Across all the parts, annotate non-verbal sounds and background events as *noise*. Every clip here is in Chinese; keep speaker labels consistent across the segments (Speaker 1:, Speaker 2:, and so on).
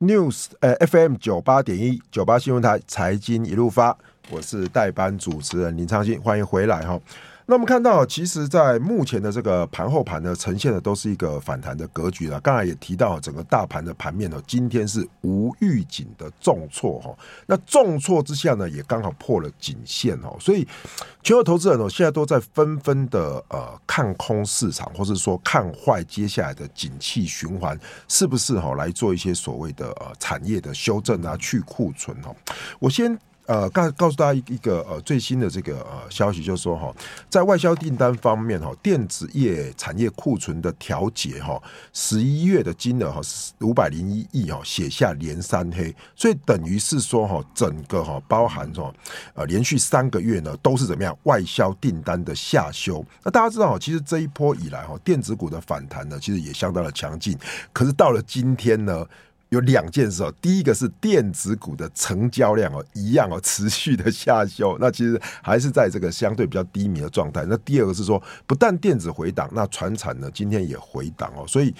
Speaker 1: News 呃 FM 九八点一九八新闻台财经一路发，我是代班主持人林昌信，欢迎回来哈。那我们看到，其实，在目前的这个盘后盘呢，呈现的都是一个反弹的格局了。刚才也提到，整个大盘的盘面呢，哦今天是无预警的重挫哈。那重挫之下呢，也刚好破了颈线哦。所以，全球投资人哦，现在都在纷纷的呃看空市场，或是说看坏接下来的景气循环是不是哈来做一些所谓的呃产业的修正啊，去库存哦。我先。呃，告告诉大家一一个呃最新的这个呃消息，就是说哈、在外销订单方面哈、电子业产业库存的调节哈，十、一月的金额哈五百零一亿哈、写下连三黑，所以等于是说哈、整个哈、包含哈、呃连续三个月呢都是怎么样外销订单的下修。那大家知道哈、其实这一波以来哈、电子股的反弹呢，其实也相当的强劲，可是到了今天呢。有两件事哦，第一个是电子股的成交量哦，一样哦，持续的下修，那其实还是在这个相对比较低迷的状态。那第二个是说，不但电子回档，那船产呢今天也回档哦，所以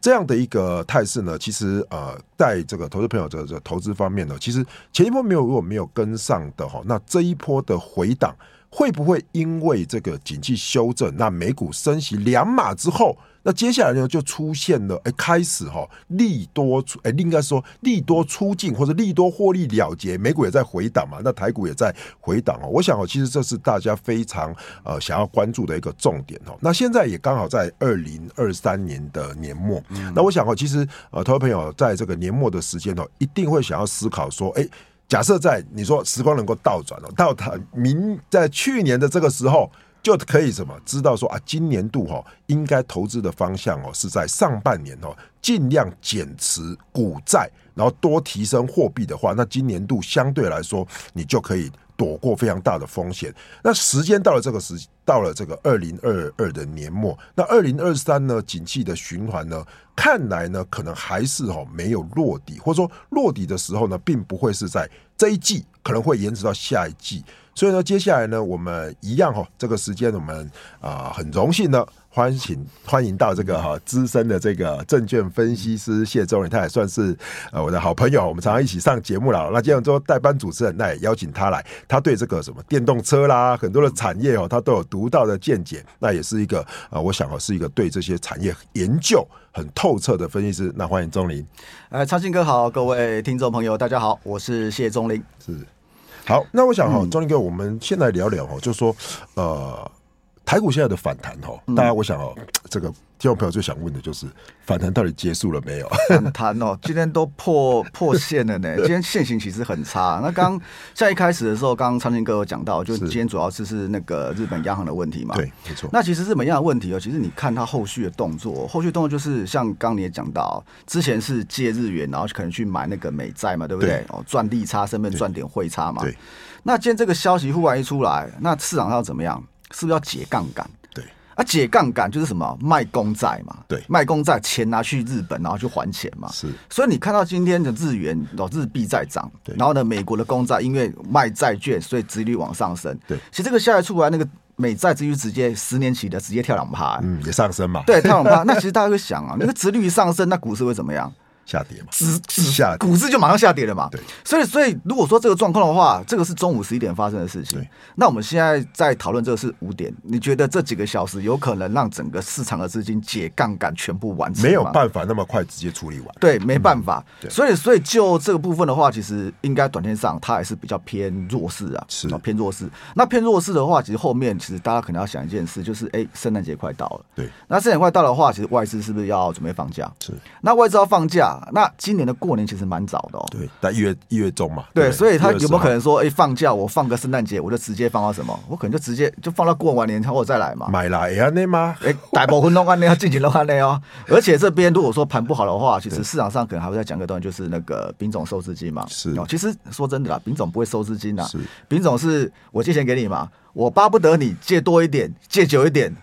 Speaker 1: 这样的一个态势呢，其实呃，在这个投资朋友的这投资方面呢，其实前一波没有如果没有跟上的哈、那这一波的回档会不会因为这个景气修正，那美股升息两码之后？那接下来呢，就出现了，哎、开始哈、利多出，哎、应该说利多出尽或者利多获利了结，美股也在回档嘛，那台股也在回档哦。我想哦，其实这是大家非常呃想要关注的一个重点哦。那现在也刚好在二零二三年的年末，那我想哦，其实呃，投资朋友在这个年末的时间哦，一定会想要思考说，哎、假设在你说时光能够倒转哦，到它明在去年的这个时候。就可以什么知道说啊，今年度哈、哦、应该投资的方向哦是在上半年哦，尽量减持股债，然后多提升货币的话，那今年度相对来说你就可以躲过非常大的风险。那时间到了这个时，到了这个二零二二的年末，那二零二三呢，景气的循环呢，看来呢可能还是哈、哦、没有落底，或者说落底的时候呢，并不会是在这一季，可能会延迟到下一季。所以呢，接下来呢，我们一样哈、这个时间我们啊、很荣幸呢，欢迎欢迎到这个哈、资深的这个证券分析师谢周仁，他也算是呃我的好朋友，我们常常一起上节目了。那今天做代班主持人，那也邀请他来，他对这个什么电动车啦，很多的产业哦，他都有独到的见解。那也是一个呃，我想哦，是一个对这些产业研究很透彻的分析师。那欢迎钟林。
Speaker 2: 呃，昌信哥好，各位听众朋友，大家好，我是谢宗林。
Speaker 1: 好，那我想哈、
Speaker 2: 嗯
Speaker 1: 钟林哥，我们先来聊聊哈，就说呃，台股现在的反弹哈，
Speaker 2: 嗯
Speaker 1: 大家我想哦，这个听众朋友最想问的就是反弹到底结束了没有？
Speaker 2: *laughs* 反弹哦，今天都破破线
Speaker 1: *laughs*
Speaker 2: 了呢。今天线形其实很差。那刚在一开始的时候，刚刚昌信哥有讲到，就是今天主要是是那个日本央行的问题嘛。
Speaker 1: *laughs* 对，没错，
Speaker 2: 那其实日本央行的问题哦，其实你看它后续的动作，哦后续动作就是像刚刚你也讲到，之前是借日元，然后可能去买那个美债嘛，对不对？
Speaker 1: 对
Speaker 2: 哦，赚利差，顺便赚点汇差嘛。
Speaker 1: 对。
Speaker 2: 那今天这个消息忽然一出来，那市场上怎么样？是不是要解杠杆？
Speaker 1: 对，
Speaker 2: 啊，解杠杆就是什么卖公债嘛，
Speaker 1: 对
Speaker 2: 卖公债钱拿去日本，然后去还钱嘛。
Speaker 1: 是
Speaker 2: 所以你看到今天的日元哦，日币在涨，
Speaker 1: 对
Speaker 2: 然后呢，美国的公债因为卖债券，所以殖利率往上升。
Speaker 1: 对
Speaker 2: 其实这个下来出来，那个美债殖利率直接十年期的直接跳两趴、欸
Speaker 1: 嗯，也上升嘛，，
Speaker 2: 对，跳两趴。那其实大家会想啊，那个殖利率上升，那股市会怎么样？
Speaker 1: 下跌嘛，
Speaker 2: 直直
Speaker 1: 下跌
Speaker 2: 股市就马上下跌了嘛。
Speaker 1: 对，
Speaker 2: 所以所以如果说这个状况的话，这个是中午十一点发生的事情
Speaker 1: 对。
Speaker 2: 那我们现在在讨论这个是五点，你觉得这几个小时有可能让整个市场的资金解杠杆全部完成吗？
Speaker 1: 没有办法那么快直接处理完。
Speaker 2: 对，没办法。
Speaker 1: 对
Speaker 2: 所以，所以就这个部分的话，其实应该短线上它还是比较偏弱势啊，
Speaker 1: 是
Speaker 2: 哦偏弱势。那偏弱势的话，其实后面其实大家可能要想一件事，就是哎，圣诞节快到了。
Speaker 1: 对，
Speaker 2: 那圣诞节快到的话，其实外资是不是要准备放假？
Speaker 1: 是
Speaker 2: 那外资要放假，那今年的过年其实蛮早的哦。
Speaker 1: 对，在一月一月中嘛，
Speaker 2: 对，
Speaker 1: 不
Speaker 2: 所以他有没有可
Speaker 1: 1月10
Speaker 2: 能说，哎、放假我放个圣诞节，我就直接放到什么？我可能就直接就放到过完年后再来嘛
Speaker 1: 号。买来呀那吗？
Speaker 2: 哎、大部分弄安内要进行弄安
Speaker 1: *laughs*
Speaker 2: 内哦。而且这边如果说盘不好的话，其实市场上可能还会再讲一个东西，就是那个丙种收资金嘛。
Speaker 1: 是
Speaker 2: 哦，其实说真的啦，丙种不会收资金啦啊
Speaker 1: 是。
Speaker 2: 丙种是我借钱给你嘛，我巴不得你借多一点，借久一点。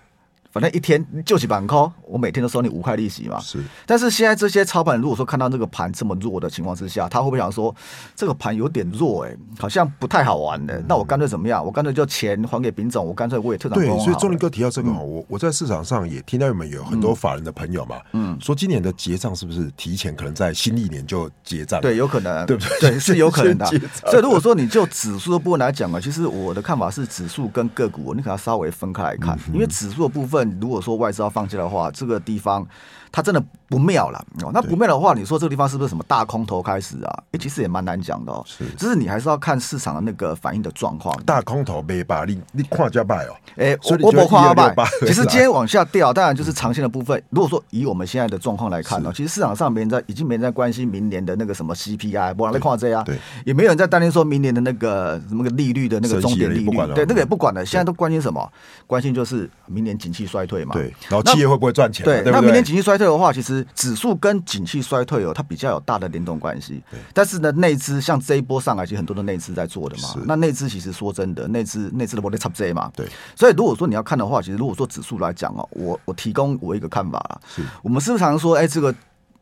Speaker 2: 反正一天就几板扣，我每天都收你五块利息嘛。
Speaker 1: 是
Speaker 2: 但是现在这些操盘，如果说看到这个盘这么弱的情况之下，他会不会想说这个盘有点弱、欸？哎，好像不太好玩的、那我干脆怎么样？我干脆就钱还给丙总，我干脆我也退场
Speaker 1: 对
Speaker 2: 观，望
Speaker 1: 所以
Speaker 2: 好
Speaker 1: 钟林
Speaker 2: 了嗯
Speaker 1: 哥提到这个哈，我我在市场上也听到你们有很多法人的朋友嘛，嗯，说今年的结账是不是提前可能在新历年就结账？
Speaker 2: 对，，有可能，
Speaker 1: 对不对 *laughs*
Speaker 2: 是有可能的啊
Speaker 1: 先结。账
Speaker 2: 所以如果说你就指数的部分来讲啊，其实我的看法是，指数跟个股你可能要稍微分开来
Speaker 1: 嗯
Speaker 2: 看，因为指数的部分，如果说外资要放弃的话，这个地方它真的不妙了。哦，那不妙的话，你说这个地方是不是什么大空头开始啊？哎，其实也蛮难讲的哦。
Speaker 1: 是
Speaker 2: 只是你还是要看市场的那个反应的状况。
Speaker 1: 大空头没吧？你你跨加拜哦，
Speaker 2: 哎、
Speaker 1: 所以你
Speaker 2: 我我
Speaker 1: 就
Speaker 2: 不夸
Speaker 1: 1268
Speaker 2: 吧
Speaker 1: 吧。
Speaker 2: 其实今天往下掉，当然就是长线的部分。如果说以我们现在的状况来看呢、哦其实市场上没人在，已经没人在关心明年的那个什么 CPI，不然在夸这啊
Speaker 1: 对，
Speaker 2: 也没有人在担心说明年的那个什么个利率的那个
Speaker 1: 升息
Speaker 2: 终点
Speaker 1: 了也
Speaker 2: 利
Speaker 1: 不
Speaker 2: 率
Speaker 1: 管了，嗯
Speaker 2: 对那个也不管了。现在都关心什么？关心就是明年景气衰退嘛。
Speaker 1: 对，然后企业会不会赚钱嘛？
Speaker 2: 对，
Speaker 1: 对不
Speaker 2: 那明
Speaker 1: 对
Speaker 2: 年？景气衰退的话，其实指数跟景气衰退哦，它比较有大的联动关系。但是呢，内资像这一波上来，其实很多的内资在做的嘛
Speaker 1: 是。
Speaker 2: 那内资其实说真的，内资内资的我在 top J 嘛。
Speaker 1: 对。
Speaker 2: 所以如果说你要看的话，其实如果说指数来讲哦，我我提供我一个看法啦。我们是不是常说，哎，这个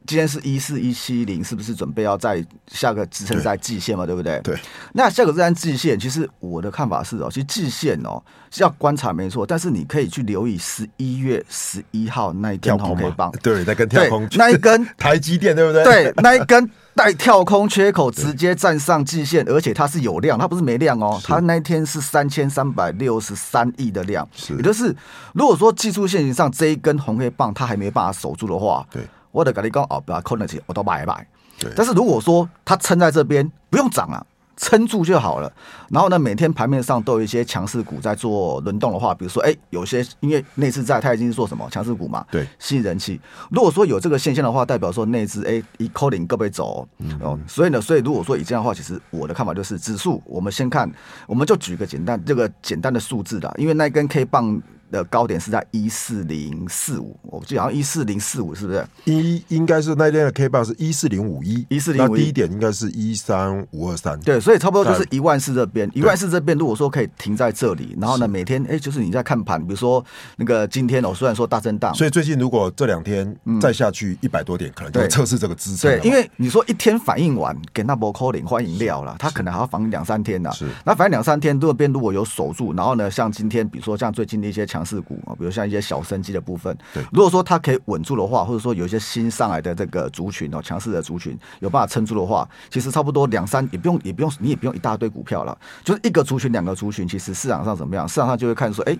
Speaker 2: 今天是一四一七零，是不是准备要在下个支撑在季线嘛？对不对？
Speaker 1: 对。
Speaker 2: 那下个支撑季线，其实我的看法是哦，其实季线哦是要观察没错，但是你可以去留意十一月十一号那一
Speaker 1: 跳
Speaker 2: 根红
Speaker 1: 空
Speaker 2: 黑
Speaker 1: 嘛
Speaker 2: 棒，，
Speaker 1: *laughs* 对，在跟跳空
Speaker 2: 对那一根
Speaker 1: *laughs* 台积电，对不对？
Speaker 2: 对，那一
Speaker 1: *laughs*
Speaker 2: 根带跳空缺口直接站上季线，而且它是有量，它不是没量哦，它那一天是三千三百六十三亿的量，
Speaker 1: 是
Speaker 2: 也就是如果说技术线型上这一根红黑棒它还没办法守住的话，
Speaker 1: 对，
Speaker 2: 我的跟你讲哦，不要扣那些，我都买买
Speaker 1: 对。
Speaker 2: 但是如果说它撑在这边，不用涨啊。撑住就好了。然后呢，每天盘面上都有一些强势股在做轮动的话，比如说，哎、有些因为内资在，它已经是做什么强势股嘛，
Speaker 1: 对
Speaker 2: 吸引人气。如果说有这个现象的话，代表说内资哎一扣零各位走哦、
Speaker 1: 嗯
Speaker 2: 哦所以呢，所以如果说以这样的话，其实我的看法就是指数，我们先看，我们就举个简单这个简单的数字啦，因为那根 K 棒的高点是在一四零四五，我记得好像一四零四五是不是？
Speaker 1: 一应该是那天的 K 棒是一四零五一，
Speaker 2: 14051
Speaker 1: 那低点应该是一三五二三，
Speaker 2: 对，所以差不多就是一万四这边，一万四这边如果说可以停在这里，然后呢，每天哎、就是你在看盘，比如说那个今天哦，虽然说大震荡，
Speaker 1: 所以最近如果这两天再下去一百多点，可能就会
Speaker 2: 嗯对
Speaker 1: 测试这个支撑了
Speaker 2: 对
Speaker 1: 嘛。，
Speaker 2: 因为你说一天反应完，给那波 c a 换饮料了，他可能还要反应两三天呢、
Speaker 1: 是
Speaker 2: 那反应两三天，这边如果有守住，然后呢，像今天，比如说像最近的一些强势股啊，比如像一些小生机的部分，
Speaker 1: 对
Speaker 2: 如果说它可以稳住的话，或者说有一些新上来的这个族群哦，强势的族群有办法撑住的话，其实差不多两三也不用也不用你也不用一大堆股票了，就是一个族群两个族群，其实市场上怎么样，市场上就会看说，哎、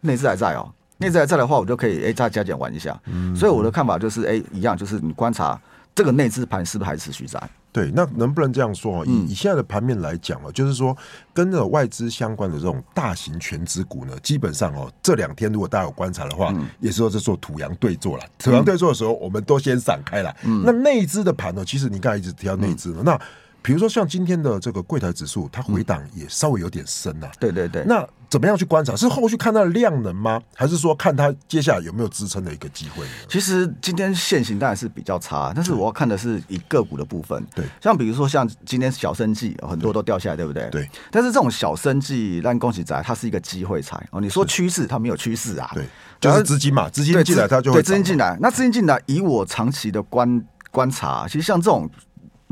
Speaker 2: 内资还在哦。内资还在的话，我就可以哎再加减玩一下。
Speaker 1: 嗯
Speaker 2: 所以我的看法就是哎一样，就是你观察这个内资盘是不是还持续在？
Speaker 1: 对，那能不能这样说？
Speaker 2: 嗯
Speaker 1: 以以现在的盘面来讲哦，就是说跟着外资相关的这种大型全资股呢，基本上哦，这两天如果大家有观察的
Speaker 2: 嗯
Speaker 1: 话，也是说在做土洋对坐了。土洋对坐的时候，我们都先散开来。
Speaker 2: 嗯
Speaker 1: 那内资的盘呢，哦其实你刚才一直提到内资呢，那比如说像今天的这个柜台指数，它回档也稍微有点深啊。
Speaker 2: 对对对。
Speaker 1: 那怎么样去观察？是后续看它的量能吗？还是说看它接下来有没有支撑的一个机会呢？
Speaker 2: 其实今天现行当然是比较差，但是我要看的是以个股的部分。
Speaker 1: 对
Speaker 2: 像比如说像今天小生计很多都掉下来，对不对？
Speaker 1: 对。
Speaker 2: 但是这种小生计，让恭喜仔它是一个机会财哦。你说趋势，它没有趋势啊。
Speaker 1: 对，就
Speaker 2: 然后
Speaker 1: 是资金嘛，资金
Speaker 2: 对
Speaker 1: 进来
Speaker 2: 资
Speaker 1: 它就会
Speaker 2: 对资金
Speaker 1: 涨
Speaker 2: 进来。那资金进来，以我长期的观观察，其实像这种。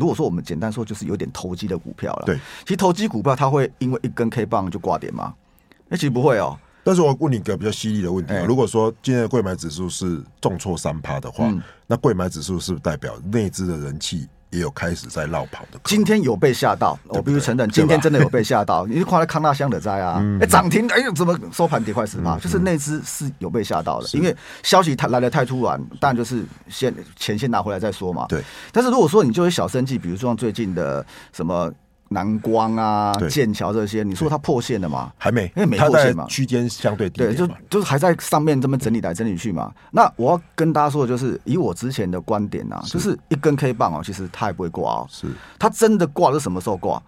Speaker 2: 如果说我们简单说，就是有点投机的股票了。
Speaker 1: 对，
Speaker 2: 其实投机股票它会因为一根 K 棒就挂点吗？哎、其实不会哦。
Speaker 1: 但是我问你一个比较犀利的问题、啊
Speaker 2: 哎
Speaker 1: 如果说今天的贵买指数是重挫三趴的话，
Speaker 2: 嗯
Speaker 1: 那贵买指数是不是代表内资的人气也有开始在绕跑的可能？
Speaker 2: 今天有被吓到，我必须承认，今天真的有被
Speaker 1: *laughs*
Speaker 2: 吓到。你是夸了康纳香的灾啊，
Speaker 1: 嗯
Speaker 2: 哎涨停，哎呦怎么收盘跌快十趴？就是那只是有被吓到的，因为消息它来的太突然，当然就是先钱先拿回来再说嘛。
Speaker 1: 对，
Speaker 2: 但是如果说你就是小生计，比如说像最近的什么南光啊
Speaker 1: 对、
Speaker 2: 剑桥这些，你说它破线了嘛？
Speaker 1: 还没，
Speaker 2: 因为没
Speaker 1: 它
Speaker 2: 破
Speaker 1: 在
Speaker 2: 线嘛。
Speaker 1: 区间相对低
Speaker 2: 对，就
Speaker 1: 点嘛，
Speaker 2: 就是还在上面这么整理来整理去嘛。那我要跟大家说的就是，以我之前的观点啊，就是一根 K 棒哦，其实它也不会挂哦。
Speaker 1: 是
Speaker 2: 它真的挂是什么时候挂？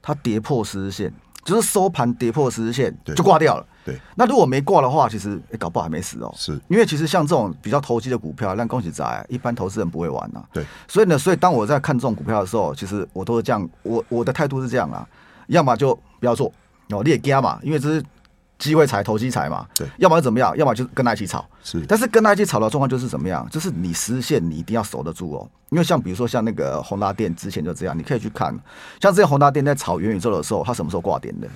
Speaker 2: 它跌破十日线，就是收盘跌破十日线
Speaker 1: 对
Speaker 2: 就挂掉了。
Speaker 1: 对，
Speaker 2: 那如果没挂的话，其实、诶搞不好还没死哦。
Speaker 1: 是
Speaker 2: 因为其实像这种比较投机的股票，让恭喜仔啊一般投资人不会玩啊呐、
Speaker 1: 对，
Speaker 2: 所以呢，所以当我在看这种股票的时候，其实我都是这样，我我的态度是这样啊，要么就不要做哦，你也加嘛，因为这是机会财、投机财嘛，
Speaker 1: 对嗯
Speaker 2: 要么就怎么样，要么就是跟他一起炒。
Speaker 1: 是
Speaker 2: 但是跟他一起炒的状况就是怎么样？就是你实现你一定要守得住哦，因为像比如说像那个宏达电之前就这样，你可以去看，像之前宏达电在炒元宇宙的时候，它什么时候挂点的？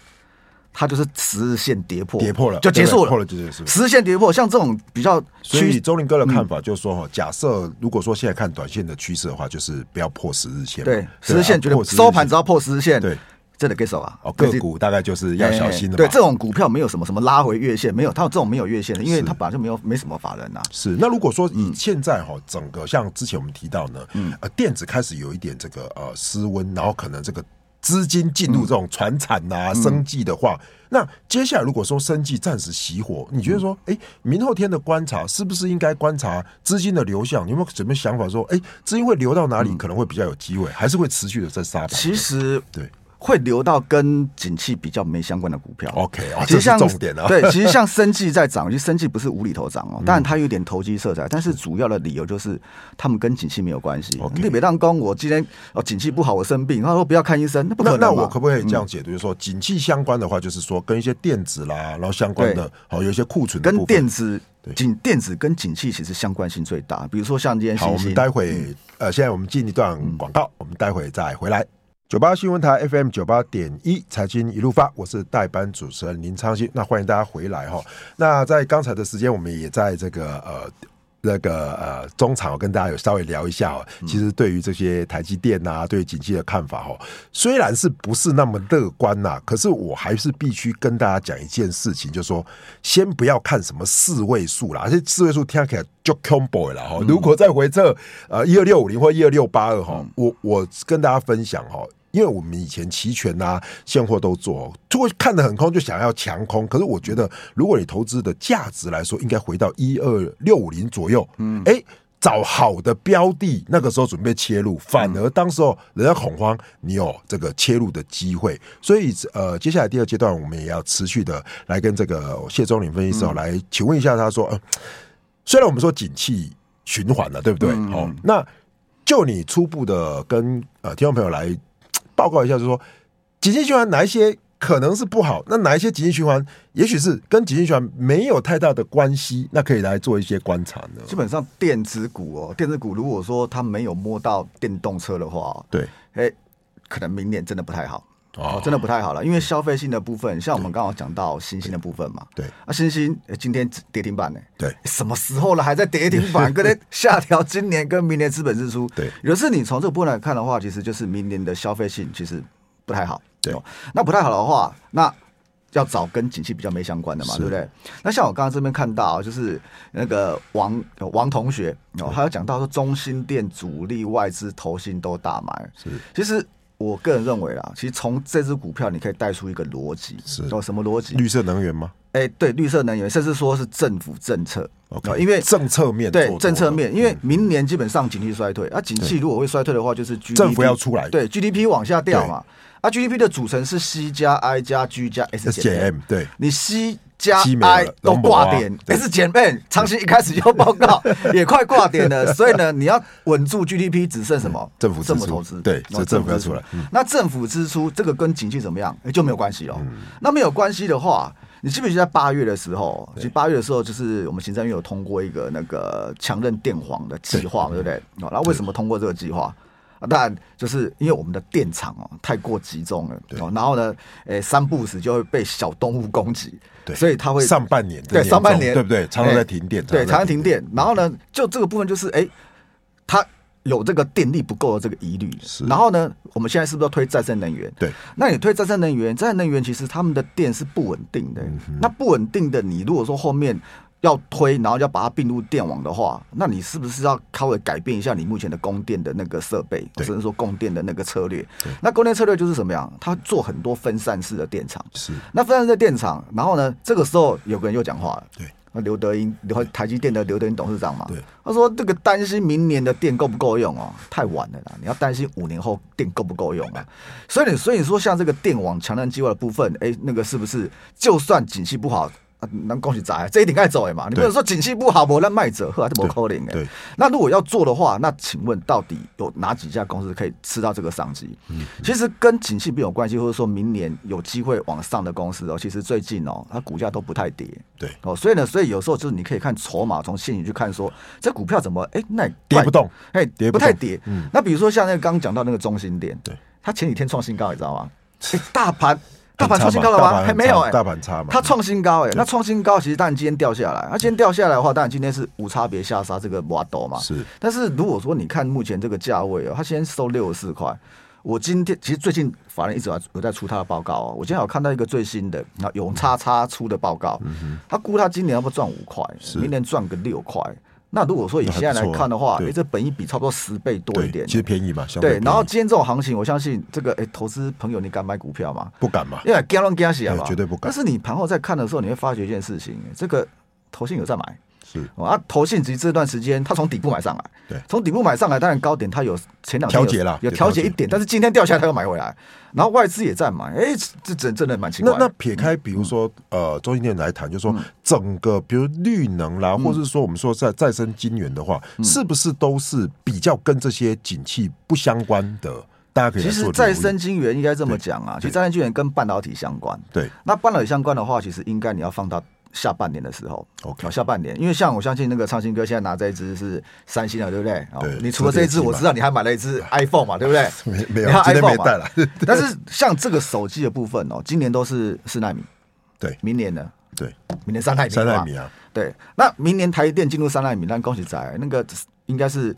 Speaker 2: 它就是十日线跌破，
Speaker 1: 跌破了
Speaker 2: 就结束
Speaker 1: 对破了就结束
Speaker 2: 十日线跌破，像这种比较
Speaker 1: 所
Speaker 2: 趋嗯
Speaker 1: 以周林哥的看法就是说，哈、假设如果说现在看短线的趋势的话，就是不要破十日线嘛。
Speaker 2: 对
Speaker 1: 啊
Speaker 2: 十日线，觉
Speaker 1: 破
Speaker 2: 得
Speaker 1: 10日
Speaker 2: 收盘只要破十日线，
Speaker 1: 对，
Speaker 2: 真的给手啊，
Speaker 1: 哦，
Speaker 2: 这
Speaker 1: 个
Speaker 2: 是哎
Speaker 1: 股大概就是要小心的嘛。
Speaker 2: 对，这种股票没有什么什么拉回月线，没有，它有这种没有月线的，因为它本来就没有没什么法人啊呐、
Speaker 1: 是，那如果说
Speaker 2: 嗯
Speaker 1: 以现在哈、整个像之前我们提到呢，呃，电子开始有一点这个呃失温，然后可能这个资金进入这种船产呐、
Speaker 2: 嗯
Speaker 1: 生计的话，那接下来如果说生计暂时熄火，你觉得说，
Speaker 2: 嗯
Speaker 1: 哎、明后天的观察是不是应该观察资金的流向？你有没有什么想法说，哎、资金会流到
Speaker 2: 嗯
Speaker 1: 哪里可能会比较有机会，还是会持续的在杀吧？
Speaker 2: 其实
Speaker 1: 对
Speaker 2: 会流到跟景气比较没相关的股票。
Speaker 1: ，OK，哦，
Speaker 2: 其
Speaker 1: 这是
Speaker 2: 实像
Speaker 1: 重点啊，嗯
Speaker 2: 对，其实像生计在涨，其实生计不是无厘头涨哦，当然它有点投机色彩，但是主要的理由就是他们跟景气没有关系。
Speaker 1: OK
Speaker 2: 你别让工，我今天哦景气不好，我生病，他说不要看医生，那不嗯可
Speaker 1: 那
Speaker 2: 能
Speaker 1: 那
Speaker 2: 嘛
Speaker 1: 我可不可以这样解读？就是说，景气相关的话，就是说跟一些电子啦，然后相关的
Speaker 2: 对，
Speaker 1: 好、有一些库存的部分
Speaker 2: 跟电子
Speaker 1: 对
Speaker 2: 景电子跟景气其实相关性最大，比如说像今天
Speaker 1: 好，我
Speaker 2: 星嗯
Speaker 1: 们
Speaker 2: 星，
Speaker 1: 待会、呃，现在我们进一段广告，我们待会再回来。九八新闻台 FM 九八点一财经一路发，我是代班主持人林昌新。那欢迎大家回来哈。那在刚才的时间，我们也在这个呃。那个呃，中场我跟大家有稍微聊一下哦。
Speaker 2: 嗯
Speaker 1: 其实对于这些台积电啊，对于景气的看法哦，虽然是不是那么乐观呐、可是我还是必须跟大家讲一件事情，就是说，先不要看什么四位数啦，而且四位数听起来就 combo 了哈、哦。如果再回测呃一二六五零或一二六八二哈，我我跟大家分享哈、哦。因为我们以前期权啊、现货都做，就会看得很空，就想要强空。可是我觉得，如果你投资的价值来说，应该回到一二六五零左右。嗯，哎，找好的标的，那个时候准备切入，反而当时候人家恐慌，你有这个切入的机会。所以呃，接下来第二阶段，我们也要持续的来跟这个谢忠林分析师哦、来请问一下，他说，呃，虽然我们说景气循环了，对不对？
Speaker 2: 嗯
Speaker 1: 好、那就你初步的跟呃听众朋友来嘖报告一下，就是说景气循环哪一些可能是不好，那哪一些景气循环也许是跟景气循环没有太大的关系，那可以来做一些观察呢？
Speaker 2: 基本上电子股哦，电子股如果说它没有摸到电动车的话、哦，
Speaker 1: 对，
Speaker 2: 哎，可能明年真的不太好。
Speaker 1: 哦
Speaker 2: 哦，真的不太好了，因为消费性的部分，像我们刚刚讲到新兴的部分嘛，
Speaker 1: 对
Speaker 2: 啊，新兴哎今天跌停板呢，
Speaker 1: 对
Speaker 2: 哎什么时候了还在跌停
Speaker 1: *laughs*
Speaker 2: 板，跟那下调今年跟明年资本支出，
Speaker 1: 对
Speaker 2: 有的是你从这个部分来看的话，其实就是明年的消费性其实不太好，
Speaker 1: 对
Speaker 2: 哦，那不太好的话，那要找跟景气比较没相关的嘛，对不对？那像我刚刚这边看到，啊就是那个王王同学哦，他有讲到说中心店主力外资投信都大买，
Speaker 1: 是
Speaker 2: 其实我个人认为啦，其实从这只股票你可以带出一个逻辑，
Speaker 1: 是
Speaker 2: 哦，什么逻辑？
Speaker 1: 绿色能源吗
Speaker 2: 哎、对，绿色能源，甚至说是政府政策
Speaker 1: ？OK，
Speaker 2: 哦因为
Speaker 1: 政策面做
Speaker 2: 对
Speaker 1: 多
Speaker 2: 政策
Speaker 1: 了嗯
Speaker 2: 面，因为明年基本上景气衰退，啊，景气如果会衰退的话，就是 GDP
Speaker 1: 政府要出来
Speaker 2: 对 GDP 往下掉嘛，啊，GDP 的组成是 C 加 I 加 G 加 S 减 M，
Speaker 1: SJM 对
Speaker 2: 你 C 加
Speaker 1: C 没了
Speaker 2: I 都
Speaker 1: 龙博啊
Speaker 2: 挂点哎
Speaker 1: 对
Speaker 2: ，S 减 M，长期一开始就报告也快挂点了，所以呢，你要稳住 GDP 只剩什么？
Speaker 1: 政府支出
Speaker 2: 政府投资，
Speaker 1: 对
Speaker 2: 然
Speaker 1: 所
Speaker 2: 后
Speaker 1: 以政府要
Speaker 2: 支出
Speaker 1: 出来嗯
Speaker 2: 那政府支出这个跟景气怎么样、哎就没有关系哦。那没有关系的话，你记不记得在八月的时候？其实八月的时候，就是我们行政院有通过一个那个强韧电网的计划，对不对？哦，那为什么通过这个计划？啊当然，就是因为我们的电厂哦太过集中了，哦，然后呢，诶，三不五时就会被小动物攻击，
Speaker 1: 对
Speaker 2: 所以它会
Speaker 1: 上半年
Speaker 2: 对
Speaker 1: 这年
Speaker 2: 上半
Speaker 1: 中
Speaker 2: 年
Speaker 1: 对不对常常
Speaker 2: 哎
Speaker 1: 在停电常
Speaker 2: 对，常
Speaker 1: 常在
Speaker 2: 常
Speaker 1: 停
Speaker 2: 停电。然后呢，就这个部分就是哎，它有这个电力不够的这个疑虑。
Speaker 1: 是
Speaker 2: 然后呢，我们现在是不是要推再生能源？
Speaker 1: 对，
Speaker 2: 那你推再生能源，再生能源其实他们的电是不稳定的。
Speaker 1: 嗯
Speaker 2: 那不稳定的，你如果说后面要推，然后要把它并入电网的话，那你是不是要稍微改变一下你目前的供电的那个设备，
Speaker 1: 对
Speaker 2: 甚至说供电的那个策略？那供电策略就是什么样？它做很多分散式的电厂。
Speaker 1: 是
Speaker 2: 那分散式的电厂，然后呢，这个时候有个人又讲话了。
Speaker 1: 对。
Speaker 2: 那刘德英，然后台积电的刘德英董事长嘛，
Speaker 1: 对，
Speaker 2: 他说这个担心明年的电够不够用哦，太晚了啦，你要担心五年后电够不够用啊。 *laughs* 所以你所以你说像这个电网强韧计划的部分，哎，那个是不是就算景气不好，啊，能恭喜宅，这一点该走哎嘛，你不能说景气不好，我那卖者，后来就不扣零哎
Speaker 1: 对。
Speaker 2: 那如果要做的话，那请问到底有哪几家公司可以吃到这个商机？
Speaker 1: 嗯
Speaker 2: 其实跟景气没有关系，或者说明年有机会往上的公司哦，其实最近哦，它股价都不太跌。
Speaker 1: 对
Speaker 2: 哦，所以呢，所以有时候就是你可以看筹码，从现行去看说这股票怎么哎、那也
Speaker 1: 跌
Speaker 2: 怪
Speaker 1: 不动，
Speaker 2: 哎、
Speaker 1: 跌不
Speaker 2: 不太
Speaker 1: 动嗯
Speaker 2: 跌。那比如说像那个刚刚讲到那个中心点，
Speaker 1: 对，
Speaker 2: 它前几天创新高，你知道
Speaker 1: *laughs*
Speaker 2: 吗？哎大盘大盘
Speaker 1: 很差
Speaker 2: 创新
Speaker 1: 嘛
Speaker 2: 高了
Speaker 1: 大盘
Speaker 2: 吗？还
Speaker 1: 很
Speaker 2: 没
Speaker 1: 差
Speaker 2: 有
Speaker 1: 嘛
Speaker 2: 哎、
Speaker 1: 大盘差嘛
Speaker 2: 它创新高哎、那创新高其实当然今天掉下来，那、今天掉下来的话，当然今天是无差别下杀这个挖斗嘛。
Speaker 1: 是
Speaker 2: 但是如果说你看目前这个价位哦，它先收六十四块。我今天其实最近法人一直有有在出他的报告哦，我今天有看到一个最新的，那永叉叉出的报告，
Speaker 1: 嗯
Speaker 2: 他估他今年要不赚五块，明年赚个六块。那如果说以
Speaker 1: 那还
Speaker 2: 现在来
Speaker 1: 不错啊
Speaker 2: 看的话，哎
Speaker 1: 对
Speaker 2: 诶，这本益比差不多十倍多一
Speaker 1: 对
Speaker 2: 点，，
Speaker 1: 其实便宜嘛，相
Speaker 2: 对。
Speaker 1: 便
Speaker 2: 然后
Speaker 1: 宜
Speaker 2: 今天这种行情，我相信这个诶，哎投资朋友你敢买股票吗？
Speaker 1: 不敢嘛，
Speaker 2: 因为惊乱惊死啊嘛，
Speaker 1: 哎对绝对不敢
Speaker 2: 但是你盘后在看的时候，你会发觉一件事情，这个投信有在买。
Speaker 1: 是
Speaker 2: 哦啊，投信其实这段时间它从底部买上来，
Speaker 1: 对
Speaker 2: 从底部买上来，当然高点它有前两天有
Speaker 1: 调节啦
Speaker 2: 有
Speaker 1: 有
Speaker 2: 调
Speaker 1: 调
Speaker 2: 节
Speaker 1: 节
Speaker 2: 一点，但是今天掉下来它又买回来，然后外资也在买，哎，这真真的蛮奇怪嗯
Speaker 1: 那
Speaker 2: 的。
Speaker 1: 那撇开，比如说呃，中心电来谈，就说整个，比如绿能
Speaker 2: 嗯
Speaker 1: 啦，或者是说我们说在再生金源的话，是不是都是比较跟这些景气不相关的？大家可以来
Speaker 2: 其实
Speaker 1: 做
Speaker 2: 再
Speaker 1: 留意
Speaker 2: 生晶圆应该这么讲啊，其实再生晶圆跟半导体相关，
Speaker 1: 对
Speaker 2: 那半导体相关的话，其实应该你要放到下半年的时候。
Speaker 1: OK
Speaker 2: 哦下半年，因为像我相信那个昌兴哥现在拿这一只是三星的，对不对？哦
Speaker 1: 对
Speaker 2: 你除了这一
Speaker 1: 折叠机
Speaker 2: 只，
Speaker 1: 嘛
Speaker 2: 我知道你还买了
Speaker 1: *laughs*
Speaker 2: 一只 iPhone 嘛，对不对？
Speaker 1: 没没有
Speaker 2: 你还
Speaker 1: 今天
Speaker 2: iPhone
Speaker 1: 没带来
Speaker 2: 嘛 *laughs* 但是像这个手机的部分哦，今年都是四纳米，
Speaker 1: 对
Speaker 2: 明年呢？
Speaker 1: 对，
Speaker 2: 明年三纳米，
Speaker 1: 三纳米。啊，
Speaker 2: 对，那明年台积电进入三纳米，那恭喜仔，那个应该是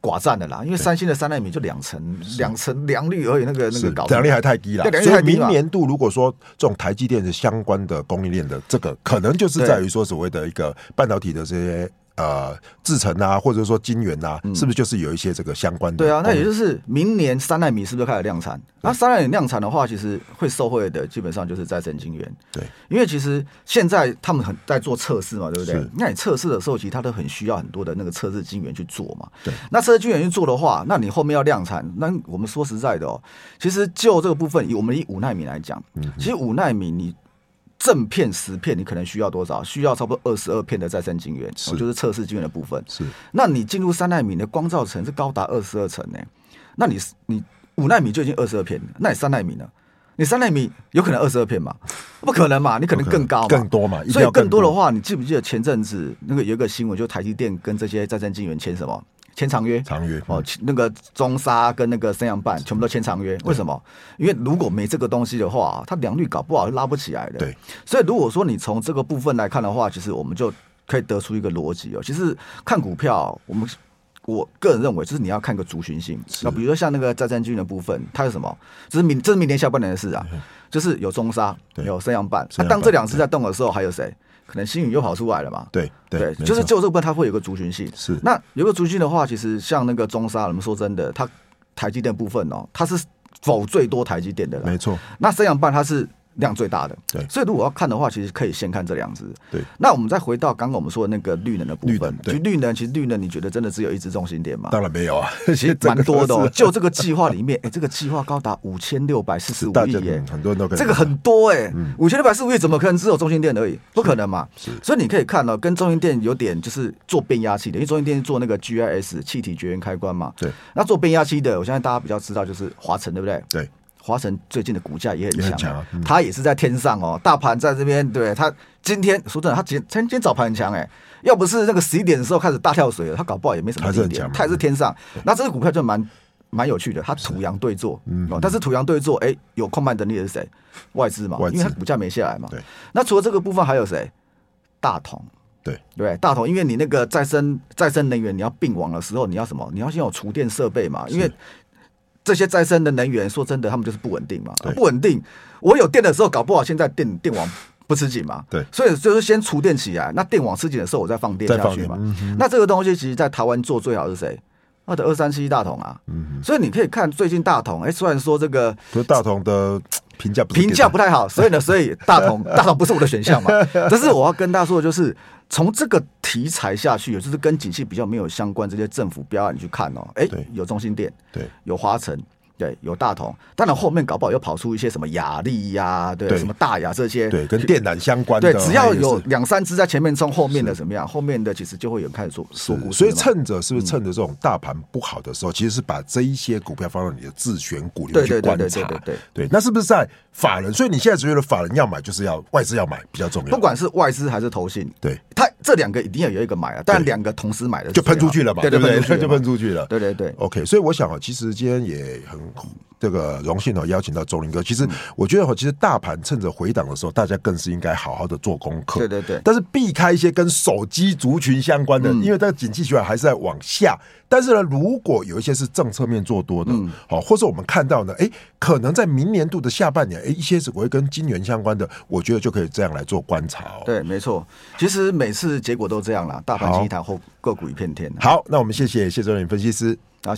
Speaker 2: 寡占的啦，因为三星的三纳米就两层两层良率而已，那个那
Speaker 1: 是
Speaker 2: 个搞不
Speaker 1: 良率还太低了
Speaker 2: 对，良率
Speaker 1: 所以
Speaker 2: 太低
Speaker 1: 明
Speaker 2: 嘛
Speaker 1: 年度如果说这种台积电的相关的供应链的这个，可能就是
Speaker 2: 对
Speaker 1: 在于说所谓的一个半导体的这些呃制程啊，或者说晶圆啊，是不是就是有一些这个相关的？
Speaker 2: 嗯
Speaker 1: 哦
Speaker 2: 对啊，那也就是明年三纳米是不是就开始量产？那三纳米量产的话，其实会受惠的基本上就是再生晶圆，
Speaker 1: 对
Speaker 2: 因为其实现在他们很在做测试嘛，对不对
Speaker 1: 是？
Speaker 2: 那你测试的时候，其实它都很需要很多的那个测试晶圆去做嘛。
Speaker 1: 对。
Speaker 2: 那测试晶圆去做的话，那你后面要量产，那我们说实在的哦，其实就这个部分，以我们以五纳米来讲，
Speaker 1: 嗯
Speaker 2: 其实五纳米你。正片十片，你可能需要多少？需要差不多二十二片的再生晶圆，
Speaker 1: 是
Speaker 2: 哦就是测试晶圆的部分。
Speaker 1: 是
Speaker 2: 那你进入三纳米的光照层是高达二十二层呢，那你你五纳米就已经二十二片了，那你三纳米呢？你三纳米有可能二十二片吗？不可能嘛，你可能更高嘛，
Speaker 1: 更多嘛一定
Speaker 2: 所以
Speaker 1: 要更
Speaker 2: 更多
Speaker 1: 多
Speaker 2: 的话，你记不记得前阵子那个有一个新闻，就台积电跟这些再生晶圆签什么签长约？
Speaker 1: 长约
Speaker 2: 哦，那个中沙跟那个三洋半全部都签长约，为什么？因为如果没这个东西的话，它良率搞不好就拉不起来的。
Speaker 1: 对，
Speaker 2: 所以如果说你从这个部分来看的话，其实我们就可以得出一个逻辑哦。其实看股票，我们我个人认为就是你要看个族群性。那比如说像那个再战军的部分，它是什么？这是明这是明年下半年的事啊，就是有中沙，
Speaker 1: 嗯对
Speaker 2: 有三洋半。
Speaker 1: 三
Speaker 2: 那、
Speaker 1: 洋半
Speaker 2: 当这两只在动的时候，还有谁？可能新宇又跑出来了嘛？
Speaker 1: 对对，没
Speaker 2: 就是
Speaker 1: 错
Speaker 2: 就这个部分它会有个族群性。
Speaker 1: 是
Speaker 2: 那有个族群的话，其实像那个中沙，我们说真的，它台积电部分哦，它是否最多台积电的啦。
Speaker 1: 没错，
Speaker 2: 那三洋半它是量最大的，
Speaker 1: 对
Speaker 2: 所以如果要看的话，其实可以先看这两只。
Speaker 1: 对，
Speaker 2: 那我们再回到刚刚我们说的那个绿能的部
Speaker 1: 绿
Speaker 2: 分
Speaker 1: 能，
Speaker 2: 其
Speaker 1: 对
Speaker 2: 实绿能，其实绿能，你觉得真的只有一只中心点
Speaker 1: *laughs*
Speaker 2: 吗？
Speaker 1: 当然没有啊，
Speaker 2: 其
Speaker 1: *laughs*
Speaker 2: 实蛮多的、
Speaker 1: 整
Speaker 2: 哦，
Speaker 1: 个
Speaker 2: 就这个计划里面，哎、这个计划高达五千六百四十五
Speaker 1: 大
Speaker 2: 亿
Speaker 1: 家
Speaker 2: 耶
Speaker 1: 嗯，很多人都可以嗯
Speaker 2: 这个很多哎、五千六百四十五亿怎么可能只有中心店而已？不可能嘛！所以你可以看到、跟中心店有点就是做变压器的，因为中心店是做那个 GIS 气体绝缘开关嘛。
Speaker 1: 对，
Speaker 2: 那做变压器的，我相信大家比较知道就是华晨，对不对？
Speaker 1: 对
Speaker 2: 华晨最近的股价也很
Speaker 1: 也很
Speaker 2: 强
Speaker 1: 强
Speaker 2: 啊
Speaker 1: 啊嗯，
Speaker 2: 它也是在天上哦。大盘在这边，对它今天说真的，它今今天早盘很强哎，要不是那个十一点的时候开始大跳水了，它搞不好也没什么
Speaker 1: 还是很
Speaker 2: 低点
Speaker 1: 强嘛嗯
Speaker 2: 它也是天上。那这只股票就蛮蛮有趣的，它土洋对坐，
Speaker 1: 嗯
Speaker 2: 哦，但是土洋对坐，哎，有控盘能力的是谁？外资嘛，
Speaker 1: 外资
Speaker 2: 因为它股价没下来嘛。
Speaker 1: 对，
Speaker 2: 那除了这个部分还有谁？大同。
Speaker 1: 对
Speaker 2: 对不对，大同，因为你那个再生再生能源，你要并网的时候，你要什么？你要先有厨电设备嘛，因为这些再生的能源，说真的，他们就是不稳定嘛，
Speaker 1: 对
Speaker 2: 不稳定。我有电的时候，搞不好现在电电网不吃紧嘛，
Speaker 1: 对
Speaker 2: 所以就是先储电起来，那电网吃紧的时候，我再放电
Speaker 1: 再
Speaker 2: 下
Speaker 1: 放
Speaker 2: 去
Speaker 1: 电
Speaker 2: 嘛。
Speaker 1: 嗯
Speaker 2: 那这个东西，其实在台湾做最好是谁？那的二三七大同啊，
Speaker 1: 嗯
Speaker 2: 所以你可以看最近大同，哎、虽然说这个
Speaker 1: 所以大同的评价不是
Speaker 2: 评价不太好，
Speaker 1: *laughs*
Speaker 2: 所以呢，所以大同大同不是我的选项嘛。但是我要跟大家说的就是，从这个题材下去，也就是跟景气比较没有相关这些政府标案，你去看哦，哎、
Speaker 1: 对
Speaker 2: 有中心店，
Speaker 1: 对
Speaker 2: 有华晨，对，有大同，当然后面搞不好又跑出一些什么雅力呀、对，
Speaker 1: 对
Speaker 2: 什么大雅这些，
Speaker 1: 对，跟电缆相关的，
Speaker 2: 对，只要
Speaker 1: 它也是
Speaker 2: 有两三只在前面冲，后面的怎么样？后面的其实就会有人开始说说故事了嘛，
Speaker 1: 所以趁着是不是趁着这种大盘不好的时候，其实是把这一些股票放到你的自选股里面
Speaker 2: 对
Speaker 1: 去
Speaker 2: 对
Speaker 1: 观
Speaker 2: 对
Speaker 1: 察。
Speaker 2: 对对对对。
Speaker 1: 对那是不是在法人？所以你现在只觉得法人要买，就是要外资要买比较重要。
Speaker 2: 不管是外资还是投信，
Speaker 1: 对，
Speaker 2: 它这两个一定要有一个买啊，但
Speaker 1: 对
Speaker 2: 两个同时买的
Speaker 1: 就喷出去了嘛，
Speaker 2: 对
Speaker 1: 对不对？*laughs*
Speaker 2: 对，
Speaker 1: 就喷出去了。
Speaker 2: 对对对，
Speaker 1: OK，所以我想啊，其实今天也很这个荣幸哦，邀请到周林哥。其实
Speaker 2: 嗯
Speaker 1: 我觉得哦，其实大盘趁着回档的时候，大家更是应该好好的做功课。
Speaker 2: 对对对嗯
Speaker 1: 但是避开一些跟手机族群相关的，因为这个景气循环还是在往下。但是呢，如果有一些是政策面做多的，
Speaker 2: 嗯
Speaker 1: 好、或是我们看到呢，哎，可能在明年度的下半年，哎，一些是会跟金元相关的，我觉得就可以这样来做观察哦。
Speaker 2: 对，没错。其实每次结果都这样啦，大盘
Speaker 1: 好
Speaker 2: 清一谈后，个股一片天啊。
Speaker 1: 好，那我们谢谢谢周林分析师。
Speaker 2: 好，